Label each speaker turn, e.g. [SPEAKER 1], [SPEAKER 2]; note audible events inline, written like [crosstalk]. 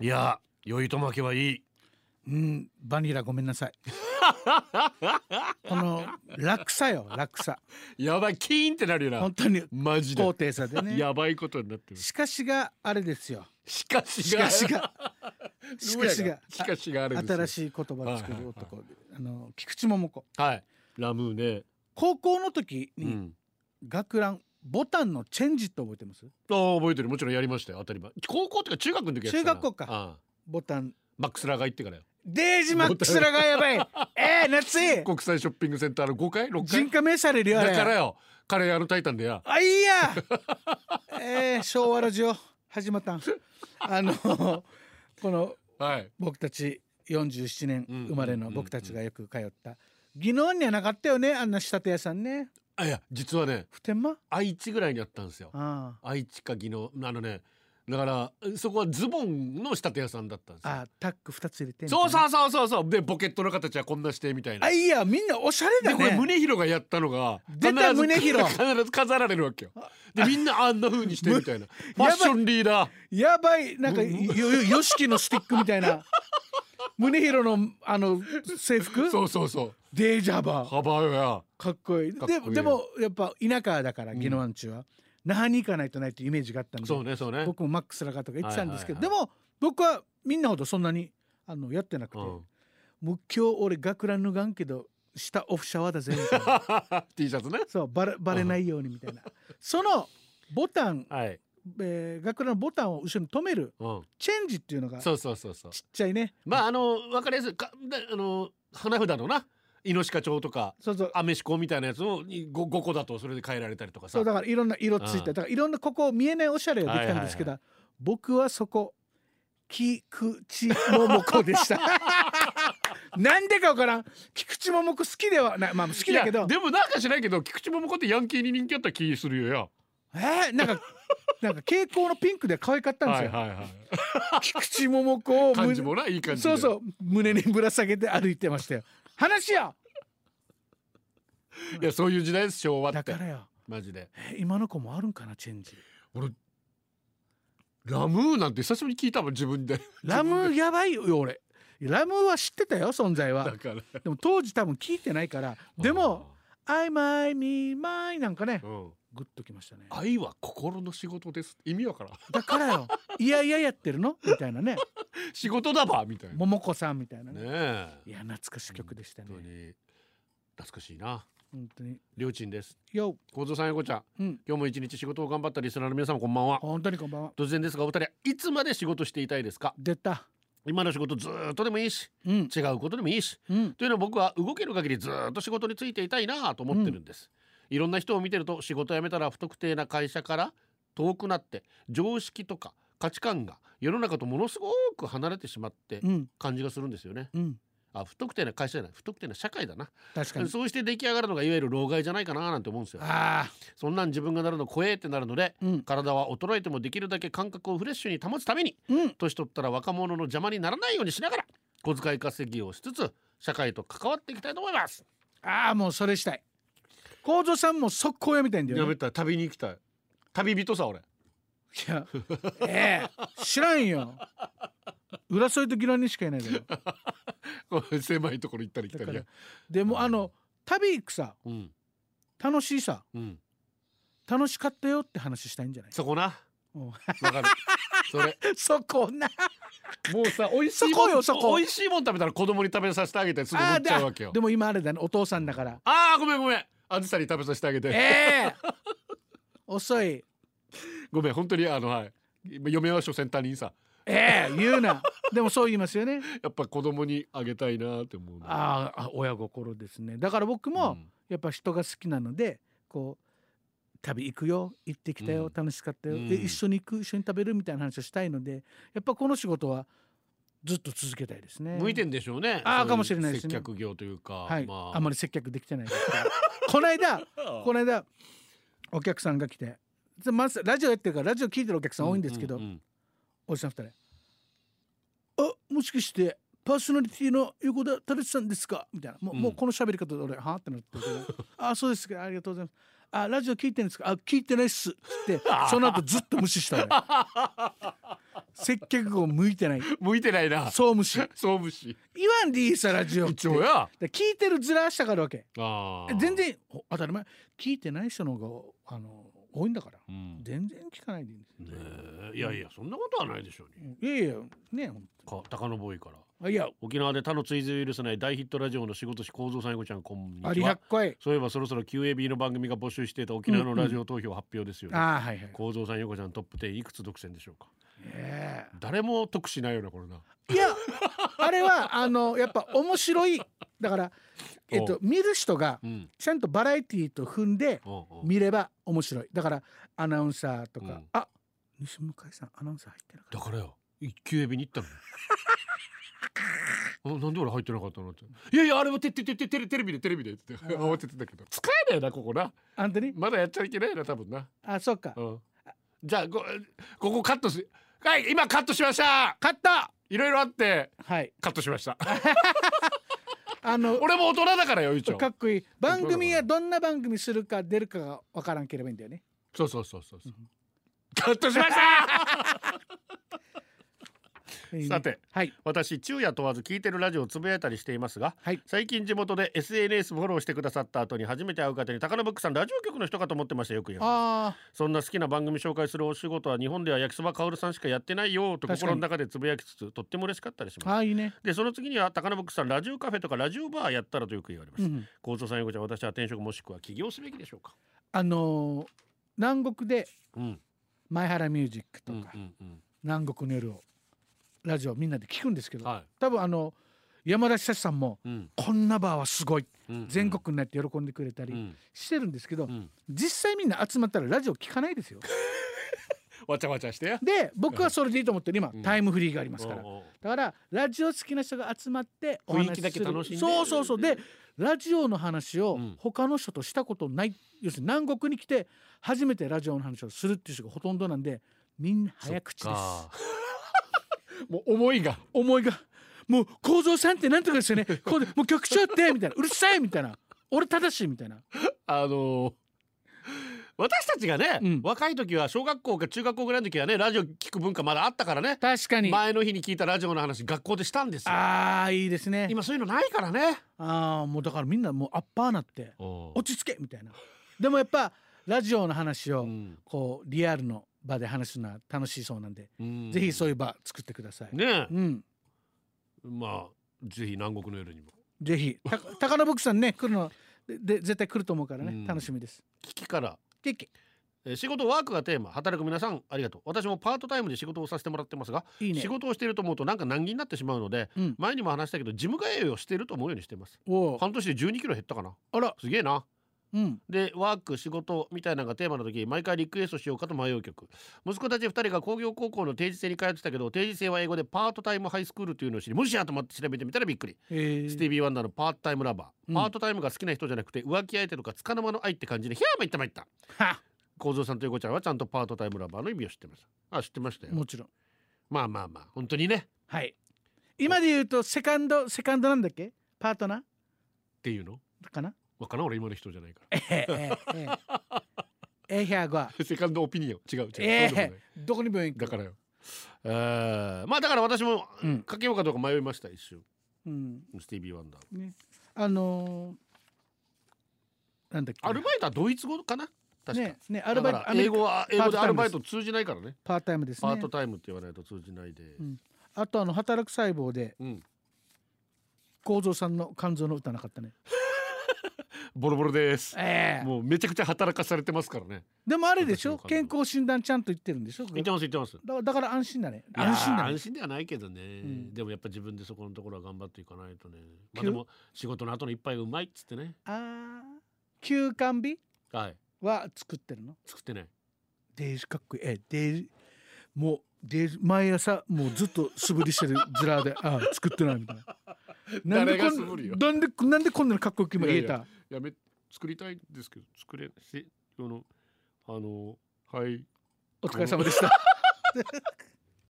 [SPEAKER 1] いや酔いとまけはいい
[SPEAKER 2] うん、バニラごめん
[SPEAKER 1] [laughs]
[SPEAKER 2] なさい。この落差よ、落差。
[SPEAKER 1] やばいキーンってなるよな
[SPEAKER 2] 本当に
[SPEAKER 1] マジで
[SPEAKER 2] 高低差でね。
[SPEAKER 1] やばいことになってる
[SPEAKER 2] しかしがあれですよ。
[SPEAKER 1] しかし
[SPEAKER 2] し
[SPEAKER 1] が
[SPEAKER 2] かしが。しかしが。
[SPEAKER 1] しかしがあるんですよ
[SPEAKER 2] 新しい言葉を作る男、あの菊池桃子。
[SPEAKER 1] はいラムーね
[SPEAKER 2] 高校の時
[SPEAKER 1] う
[SPEAKER 2] に、
[SPEAKER 1] ん
[SPEAKER 2] 学ランボタンのチェンジって覚えてます？
[SPEAKER 1] ああ覚えてるもちろんやりましたよ当たり前高校とか中学の時やってたな
[SPEAKER 2] 中学校か
[SPEAKER 1] ああ
[SPEAKER 2] ボタン。
[SPEAKER 1] マックスラーが行ってからよ
[SPEAKER 2] デージマックスらがやばい。
[SPEAKER 1] [laughs]
[SPEAKER 2] ええー、夏い。
[SPEAKER 1] 国際ショッピングセンターの5階
[SPEAKER 2] 人
[SPEAKER 1] 6階
[SPEAKER 2] 家名されるよあれ。
[SPEAKER 1] だからよカレーあのタイタンでや
[SPEAKER 2] あいいやえー、昭和ラジオ始まったんあのこの
[SPEAKER 1] はい
[SPEAKER 2] 僕たち47年
[SPEAKER 1] うん
[SPEAKER 2] 生まれの僕たちがよく通った技能にはなかったよねあんな仕立て屋さんね
[SPEAKER 1] あいや実はね
[SPEAKER 2] 普天間
[SPEAKER 1] 愛知ぐらいにあったんですよ
[SPEAKER 2] あ
[SPEAKER 1] 愛知か技能あのねだからそこはズボンの仕立て屋さんだったんで
[SPEAKER 2] ああタック2つ入れて
[SPEAKER 1] すよそうそう
[SPEAKER 2] う
[SPEAKER 1] そうそうそうでポケットの形はこんなしてみたいな
[SPEAKER 2] あいいやみんなおしゃれ
[SPEAKER 1] で
[SPEAKER 2] だ
[SPEAKER 1] これ
[SPEAKER 2] ね
[SPEAKER 1] 宗広がやったのが
[SPEAKER 2] 出た宗広
[SPEAKER 1] 必ず必ず飾られるわけよでみんなあんな風にしてみたいなファ
[SPEAKER 2] ば
[SPEAKER 1] ッ
[SPEAKER 2] い
[SPEAKER 1] ションリーダー
[SPEAKER 2] やばいなんかよよよしきのスティックみたいな [laughs] 宗広のあの制服
[SPEAKER 1] そうそうそう
[SPEAKER 2] デージャバー
[SPEAKER 1] 幅や
[SPEAKER 2] かっこいい
[SPEAKER 1] かっこいい
[SPEAKER 2] で
[SPEAKER 1] よ
[SPEAKER 2] でもやっぱ田舎だから宜野湾中は、那覇に行かないとないっていうイメージがあったんで
[SPEAKER 1] そうねそうね
[SPEAKER 2] 僕もマックスラガとか言ってたんですけど、
[SPEAKER 1] はいは
[SPEAKER 2] でも僕はみんなほどそんなにあのやってなくて、
[SPEAKER 1] う
[SPEAKER 2] も
[SPEAKER 1] ん
[SPEAKER 2] う今日俺学ラン脱がんけど下オフシャワーだぜみたい
[SPEAKER 1] [laughs]
[SPEAKER 2] な
[SPEAKER 1] T シャツね
[SPEAKER 2] そうバレバレないようにみたいなそのボタン、
[SPEAKER 1] はい、
[SPEAKER 2] えー、学ランのボタンを後ろに止める
[SPEAKER 1] うん、
[SPEAKER 2] チェンジっていうのがちっ
[SPEAKER 1] そうそうそうそう
[SPEAKER 2] ちゃいね
[SPEAKER 1] まああのわかりやすいかだあの花札のな猪鹿町とか
[SPEAKER 2] そうそう
[SPEAKER 1] アメシコみたいなやつを 5, 5個だとそれで変えられたりとかさ
[SPEAKER 2] そうだからいろんな色つい
[SPEAKER 1] うん
[SPEAKER 2] てだからいろんなここ見えないおしゃれができたんですけど、僕はそこ菊池桃子
[SPEAKER 1] [laughs]
[SPEAKER 2] でしたなんでかわからん菊池桃子好きではないまあ好きだけ
[SPEAKER 1] い
[SPEAKER 2] ど
[SPEAKER 1] やでもなんかしないけど菊池桃子ってヤンキーに人気あった気するよや
[SPEAKER 2] えー、なんかなんか蛍光のピンクで可愛かったんです
[SPEAKER 1] はい
[SPEAKER 2] よ、
[SPEAKER 1] はいはい
[SPEAKER 2] 菊池桃子を
[SPEAKER 1] 感じもないい感じで
[SPEAKER 2] そうそう胸にぶら下げて歩いてまし
[SPEAKER 1] [laughs]
[SPEAKER 2] たよ話や
[SPEAKER 1] いやそういう時代です昭和
[SPEAKER 2] だ
[SPEAKER 1] って
[SPEAKER 2] からよ
[SPEAKER 1] マジで
[SPEAKER 2] え今の子もあるんかなチェンジ
[SPEAKER 1] 俺ラムーなんて久しぶりに聞いたもん自分で
[SPEAKER 2] ラムやばいよ俺ラムは知ってたよ存在は
[SPEAKER 1] だから
[SPEAKER 2] でも当時多分聞いてないからでも「I my me my」なんかね
[SPEAKER 1] うん
[SPEAKER 2] グッときましたね
[SPEAKER 1] 愛は心の仕事です意味わからん
[SPEAKER 2] だからよ「いやいややってるの?」みたい
[SPEAKER 1] [laughs]
[SPEAKER 2] なね
[SPEAKER 1] 仕事だばみたい
[SPEAKER 2] 「
[SPEAKER 1] なね
[SPEAKER 2] 桃子さん」みたいなね
[SPEAKER 1] え
[SPEAKER 2] いや懐かしい曲でした
[SPEAKER 1] 本当
[SPEAKER 2] ね
[SPEAKER 1] に懐かしいな
[SPEAKER 2] 本当に
[SPEAKER 1] りょうちんです
[SPEAKER 2] よ
[SPEAKER 1] 小僧さんやこちゃん
[SPEAKER 2] ううん
[SPEAKER 1] 今日も一日仕事を頑張ったリスナーの皆様こんばんは
[SPEAKER 2] 本当にこんばんは
[SPEAKER 1] 突然ですがお二人はいつまで仕事していたいですか
[SPEAKER 2] 出た
[SPEAKER 1] 今の仕事ずーっとでもいいし
[SPEAKER 2] うん
[SPEAKER 1] 違うことでもいいし
[SPEAKER 2] うん
[SPEAKER 1] というのは僕は動ける限りずーっと仕事についていたいなぁと思ってるんです、いろんな人を見てると仕事辞めたら不特定な会社から遠くなって常識とか価値観が世の中とものすごく離れてしまって
[SPEAKER 2] うん
[SPEAKER 1] 感じがするんですよね
[SPEAKER 2] うん
[SPEAKER 1] あ不特定な会社じゃない不特定な社会だな
[SPEAKER 2] 確かに
[SPEAKER 1] そうして出来上がるのがいわゆる老害じゃないかななんて思うんですよ
[SPEAKER 2] あ
[SPEAKER 1] そんなん自分がなるの怖えってなるので
[SPEAKER 2] あうん
[SPEAKER 1] 体は衰えてもできるだけ感覚をフレッシュに保つために
[SPEAKER 2] うん
[SPEAKER 1] 年取ったら若者の邪魔にならないようにしながら小遣い稼ぎをしつつ社会と関わっていきたいと思います
[SPEAKER 2] ああもうそれしたい幸三さんも速攻やみたいんだよね
[SPEAKER 1] た旅に行きたい旅人さ俺 [laughs]
[SPEAKER 2] いやええ知らんよ浦添とギラにしかいないだろ
[SPEAKER 1] こう狭いところ行ったり
[SPEAKER 2] だからでもあの旅行くさ
[SPEAKER 1] うん
[SPEAKER 2] 楽しいさ
[SPEAKER 1] うん
[SPEAKER 2] 楽しかったよって話したいんじゃない
[SPEAKER 1] そこな
[SPEAKER 2] うん
[SPEAKER 1] わかるそれ
[SPEAKER 2] そこな
[SPEAKER 1] もう
[SPEAKER 2] [laughs]
[SPEAKER 1] さ美味しい
[SPEAKER 2] そ
[SPEAKER 1] も
[SPEAKER 2] こ
[SPEAKER 1] ん
[SPEAKER 2] よそこ
[SPEAKER 1] 美味しいもん食べたら子供に食べさせてあげてすぐ持
[SPEAKER 2] ああ
[SPEAKER 1] っちゃうわけよ
[SPEAKER 2] ででも今あれだねお父さんだから
[SPEAKER 1] あーごめんごめんあずさに食べさせてあげて、
[SPEAKER 2] ええ遅い
[SPEAKER 1] ごめん本当にあのはい嫁は所詮他人さ
[SPEAKER 2] ええ言うなでもそう言いますよね
[SPEAKER 1] やっぱ子供にあげたいなって思うの
[SPEAKER 2] あああ親心ですねだから僕も、
[SPEAKER 1] うん
[SPEAKER 2] やっぱ人が好きなのでこう旅行くよ行ってきたよ、
[SPEAKER 1] うん
[SPEAKER 2] 楽しかったよ、
[SPEAKER 1] うん
[SPEAKER 2] で一緒に行く一緒に食べるみたいな話をしたいのでやっぱこの仕事はずっと続けたいですね
[SPEAKER 1] 向いてんでしょうね。
[SPEAKER 2] あー
[SPEAKER 1] そうう
[SPEAKER 2] かもしれないですね
[SPEAKER 1] 接客業というか、
[SPEAKER 2] はい、
[SPEAKER 1] ま
[SPEAKER 2] あ、
[SPEAKER 1] あ、
[SPEAKER 2] んまり接客できてないですけど [laughs] こ
[SPEAKER 1] [laughs]
[SPEAKER 2] の間こ
[SPEAKER 1] れ
[SPEAKER 2] の間お客さんが来てでまずラジオやってるからラジオ聞いてるお客さん多いんですけど、おじさん二人「あもしかしてパーソナリティの横田たれさんですか?」みたいなもう,、
[SPEAKER 1] うん
[SPEAKER 2] もうこの喋り方で俺「はあ?」ってなってる
[SPEAKER 1] [laughs]
[SPEAKER 2] けど「あそうですかありがとうございます」あ
[SPEAKER 1] [laughs]
[SPEAKER 2] ラジオ聞いてるんですかあ聞いてないっす」つってその後ずっと無視した俺接客語向いてない
[SPEAKER 1] 向いてないな
[SPEAKER 2] 総務士
[SPEAKER 1] [laughs] 総務士
[SPEAKER 2] 言わんでいいさラジオって
[SPEAKER 1] 一応や
[SPEAKER 2] で聞いてるずらしたからわけ
[SPEAKER 1] あー
[SPEAKER 2] 全、然お当たり前聞いてない人の方があの多いんだから
[SPEAKER 1] うんね
[SPEAKER 2] 全然聞かないでいいんです
[SPEAKER 1] えいやいやそんなことはないでしょうね
[SPEAKER 2] いやいやねほん
[SPEAKER 1] か高野ボーイから
[SPEAKER 2] あいや
[SPEAKER 1] 沖縄で他の追随を許さない大ヒットラジオの仕事師構造さんごちゃんこんにち
[SPEAKER 2] あり
[SPEAKER 1] は
[SPEAKER 2] 100回
[SPEAKER 1] そういえばそろそろ QAB の番組が募集していた沖縄のラジオ投票発表ですよね、
[SPEAKER 2] ああはいはい
[SPEAKER 1] 構造さん横ちゃんトップ10いくつ独占でしょうか
[SPEAKER 2] え
[SPEAKER 1] 誰も得しないようなこれな
[SPEAKER 2] えいやあれはあのやっぱ面白いだからえっと見る人が
[SPEAKER 1] うん
[SPEAKER 2] ちゃんとバラエティーと踏んで
[SPEAKER 1] おうおう
[SPEAKER 2] 見れば面白いだからアナウンサーとか、
[SPEAKER 1] うん
[SPEAKER 2] あ西向井さんアナウンサー入ってなか
[SPEAKER 1] だからよ一級エビに行った
[SPEAKER 2] [laughs]
[SPEAKER 1] のにあなんで俺入ってなかったのっていやいやあれはテテテテテレテレビでテレビでって言って慌ててたけど使えないなここな
[SPEAKER 2] った本当に
[SPEAKER 1] まだやっちゃいけないな多分な、
[SPEAKER 2] あそっか
[SPEAKER 1] うん、じゃあこここカットすはい今カットしました
[SPEAKER 2] 勝った
[SPEAKER 1] いろいろあって
[SPEAKER 2] はい
[SPEAKER 1] カットしました
[SPEAKER 2] あの
[SPEAKER 1] [laughs] 俺も大人だからよ一応
[SPEAKER 2] かっこいい番組はどんな番組するか出るかがわからんければいいんだよね
[SPEAKER 1] そうそうそうそうそう
[SPEAKER 2] うん
[SPEAKER 1] カットしました
[SPEAKER 2] [laughs] いいね
[SPEAKER 1] さて
[SPEAKER 2] はい
[SPEAKER 1] 私昼夜問わず聞いてるラジオをつぶやいたりしていますが、
[SPEAKER 2] はい
[SPEAKER 1] 最近地元で SNS フォローしてくださった後に初めて会う方に高野ブックさんラジオ局の人かと思ってましたよく言う
[SPEAKER 2] あ
[SPEAKER 1] そんな好きな番組紹介するお仕事は日本では焼きそばかおるさんしかやってないよと
[SPEAKER 2] 確かに
[SPEAKER 1] 心の中でつぶやきつつとっても嬉しかったりし
[SPEAKER 2] あ
[SPEAKER 1] ます
[SPEAKER 2] あいいね、
[SPEAKER 1] でその次には高野ブックさんラジオカフェとかラジオバーやったらとよく言われま
[SPEAKER 2] う
[SPEAKER 1] した
[SPEAKER 2] ん、
[SPEAKER 1] 高蔵さん横ちゃん私は転職もしくは起業すべきでしょうか
[SPEAKER 2] あのー南国で
[SPEAKER 1] うん
[SPEAKER 2] 前原ミュージックと
[SPEAKER 1] う
[SPEAKER 2] か、
[SPEAKER 1] んうんう
[SPEAKER 2] 南国の夜をラジオみんなで聞くんですけ
[SPEAKER 1] ん
[SPEAKER 2] ど、
[SPEAKER 1] は
[SPEAKER 2] 多分あの山田久志さんも
[SPEAKER 1] いうん
[SPEAKER 2] こんなバーはすごい
[SPEAKER 1] うん
[SPEAKER 2] 全国になって喜んでくれた
[SPEAKER 1] う
[SPEAKER 2] り
[SPEAKER 1] ん
[SPEAKER 2] してるんですけど、
[SPEAKER 1] うん
[SPEAKER 2] 実際みんな集まったらラジオ聞かな
[SPEAKER 1] [laughs]
[SPEAKER 2] いですよ
[SPEAKER 1] わちゃわちゃしてや
[SPEAKER 2] で僕はそれでいいと思ってる今
[SPEAKER 1] うん
[SPEAKER 2] タイムフリーがありますか
[SPEAKER 1] お
[SPEAKER 2] ら
[SPEAKER 1] うおう
[SPEAKER 2] だからラジオ好きな人が集まってお
[SPEAKER 1] 雰囲
[SPEAKER 2] 話
[SPEAKER 1] 気
[SPEAKER 2] し
[SPEAKER 1] だ
[SPEAKER 2] す
[SPEAKER 1] け
[SPEAKER 2] る
[SPEAKER 1] 楽しんで
[SPEAKER 2] そうそうそうでラジオの話を
[SPEAKER 1] うん
[SPEAKER 2] 他の人としたことない、要するに南国に来て初めてラジオの話をするっていう人がほとんどなんでみんな早口です
[SPEAKER 1] か [laughs] もう思いが
[SPEAKER 2] 思いがもう構造さんってなんと
[SPEAKER 1] [laughs]
[SPEAKER 2] かですよねこうでもう局長ってみたいなうるさいみたいな俺正しいみたいな
[SPEAKER 1] あのー私たちがね、
[SPEAKER 2] うん
[SPEAKER 1] 若い時は小学校か中学校ぐらいの時はねラジオ聞く文化まだあったからね
[SPEAKER 2] 確かに
[SPEAKER 1] 前の日に聞いたラジオの話学校でしたんですよ
[SPEAKER 2] ああいいですね
[SPEAKER 1] 今そういうのないからね
[SPEAKER 2] ああもうだからみんなもうアッパーなって
[SPEAKER 1] お
[SPEAKER 2] 落ち着けみたいなでもやっぱラジオの話を
[SPEAKER 1] ん
[SPEAKER 2] こうリアルの場で話すのは楽しそうなんで、ぜひそういう場作ってください、
[SPEAKER 1] ねえ
[SPEAKER 2] うん
[SPEAKER 1] まあぜひ南国の夜にも
[SPEAKER 2] ぜひた高野僕さんね来るのでで絶対来ると思うからね、
[SPEAKER 1] うん
[SPEAKER 2] 楽しみです
[SPEAKER 1] 聞きから
[SPEAKER 2] ケケ
[SPEAKER 1] えー仕事ワークがテーマ働く皆さんありがとう私もパートタイムで仕事をさせてもらってますが、
[SPEAKER 2] いいね
[SPEAKER 1] 仕事をしていると思うとなんか難儀になってしまうので
[SPEAKER 2] うん
[SPEAKER 1] 前にも話したけど事務通いをしていると思うようにしています
[SPEAKER 2] おう
[SPEAKER 1] 半年で1 2キロ減ったかな
[SPEAKER 2] あら
[SPEAKER 1] すげえな
[SPEAKER 2] うん
[SPEAKER 1] でワーク仕事みたいなのがテーマの時毎回リクエストしようかと迷う曲息子たち2人が工業高校の定時制に通ってたけど定時制は英語でパートタイムハイスクールというのを知り無視やと思って調べてみたらびっくり、
[SPEAKER 2] えー
[SPEAKER 1] スティービー・ワンダーのパートタイムラバー、
[SPEAKER 2] うん
[SPEAKER 1] パートタイムが好きな人じゃなくて浮気相手とかつかの間の愛って感じでひゃーまいったまいった
[SPEAKER 2] は
[SPEAKER 1] 幸三さんと横ちゃんはちゃんとパートタイムラバーの意味を知ってますあ知ってましたよ
[SPEAKER 2] もちろん
[SPEAKER 1] まあまあまあ本当にねっ
[SPEAKER 2] はい今で言うとセカンドセカンドなんだっけパートナー
[SPEAKER 1] ていうの
[SPEAKER 2] かな
[SPEAKER 1] わからん俺今の人じゃないか
[SPEAKER 2] ええええええひゃごは
[SPEAKER 1] らセカンドオピニオン違う違う、
[SPEAKER 2] え
[SPEAKER 1] そうでもない
[SPEAKER 2] えどこに病院行
[SPEAKER 1] だ
[SPEAKER 2] く
[SPEAKER 1] からよえー、まあだから私も
[SPEAKER 2] うん
[SPEAKER 1] かけようかどうか迷いました一瞬
[SPEAKER 2] うん
[SPEAKER 1] スティービー・ワンダー
[SPEAKER 2] ねあのー、なんだっけ
[SPEAKER 1] アルバイトはドイツ語かな確か,、
[SPEAKER 2] ねねアルバイ
[SPEAKER 1] だか
[SPEAKER 2] ト
[SPEAKER 1] ら英語
[SPEAKER 2] は
[SPEAKER 1] は英語でアルバイト通じないからね
[SPEAKER 2] パートタイムです
[SPEAKER 1] パ
[SPEAKER 2] ね
[SPEAKER 1] ートタイムって言わないと通じないで、
[SPEAKER 2] うんあとあの働く細胞で
[SPEAKER 1] うん、
[SPEAKER 2] 構造さんの肝臓の歌なかったね
[SPEAKER 1] ボロボロです
[SPEAKER 2] ええ
[SPEAKER 1] もうめちゃくちゃ働かされてますからね
[SPEAKER 2] でもあれでしょ
[SPEAKER 1] 私の肝
[SPEAKER 2] 健
[SPEAKER 1] 臓
[SPEAKER 2] 康診断ちゃんと言ってるんでしょ
[SPEAKER 1] 言ってます言ってます
[SPEAKER 2] だだから安心だね安心
[SPEAKER 1] いや
[SPEAKER 2] だ
[SPEAKER 1] ー
[SPEAKER 2] ね
[SPEAKER 1] 安心ではないけどね、
[SPEAKER 2] ん
[SPEAKER 1] でもやっぱ自分でそこのところは頑張っていかないとねまあ
[SPEAKER 2] 急
[SPEAKER 1] でも仕事の後の一杯がうまいっつってね
[SPEAKER 2] ああ休館日
[SPEAKER 1] はい
[SPEAKER 2] は作ってるの
[SPEAKER 1] 作ってない
[SPEAKER 2] デイジかっこいい。え、デイジ、もう、デイジ、毎朝、もうずっと素振りして
[SPEAKER 1] [laughs]
[SPEAKER 2] るズラで、ああ、作ってないみたいな。なん
[SPEAKER 1] 誰
[SPEAKER 2] でこ
[SPEAKER 1] が素振りよ
[SPEAKER 2] んなんで、なんでこんなのかっこよく今言え
[SPEAKER 1] いや
[SPEAKER 2] た。
[SPEAKER 1] やめ作りたいんですけど作れしあのあのはい
[SPEAKER 2] お疲れ様でした。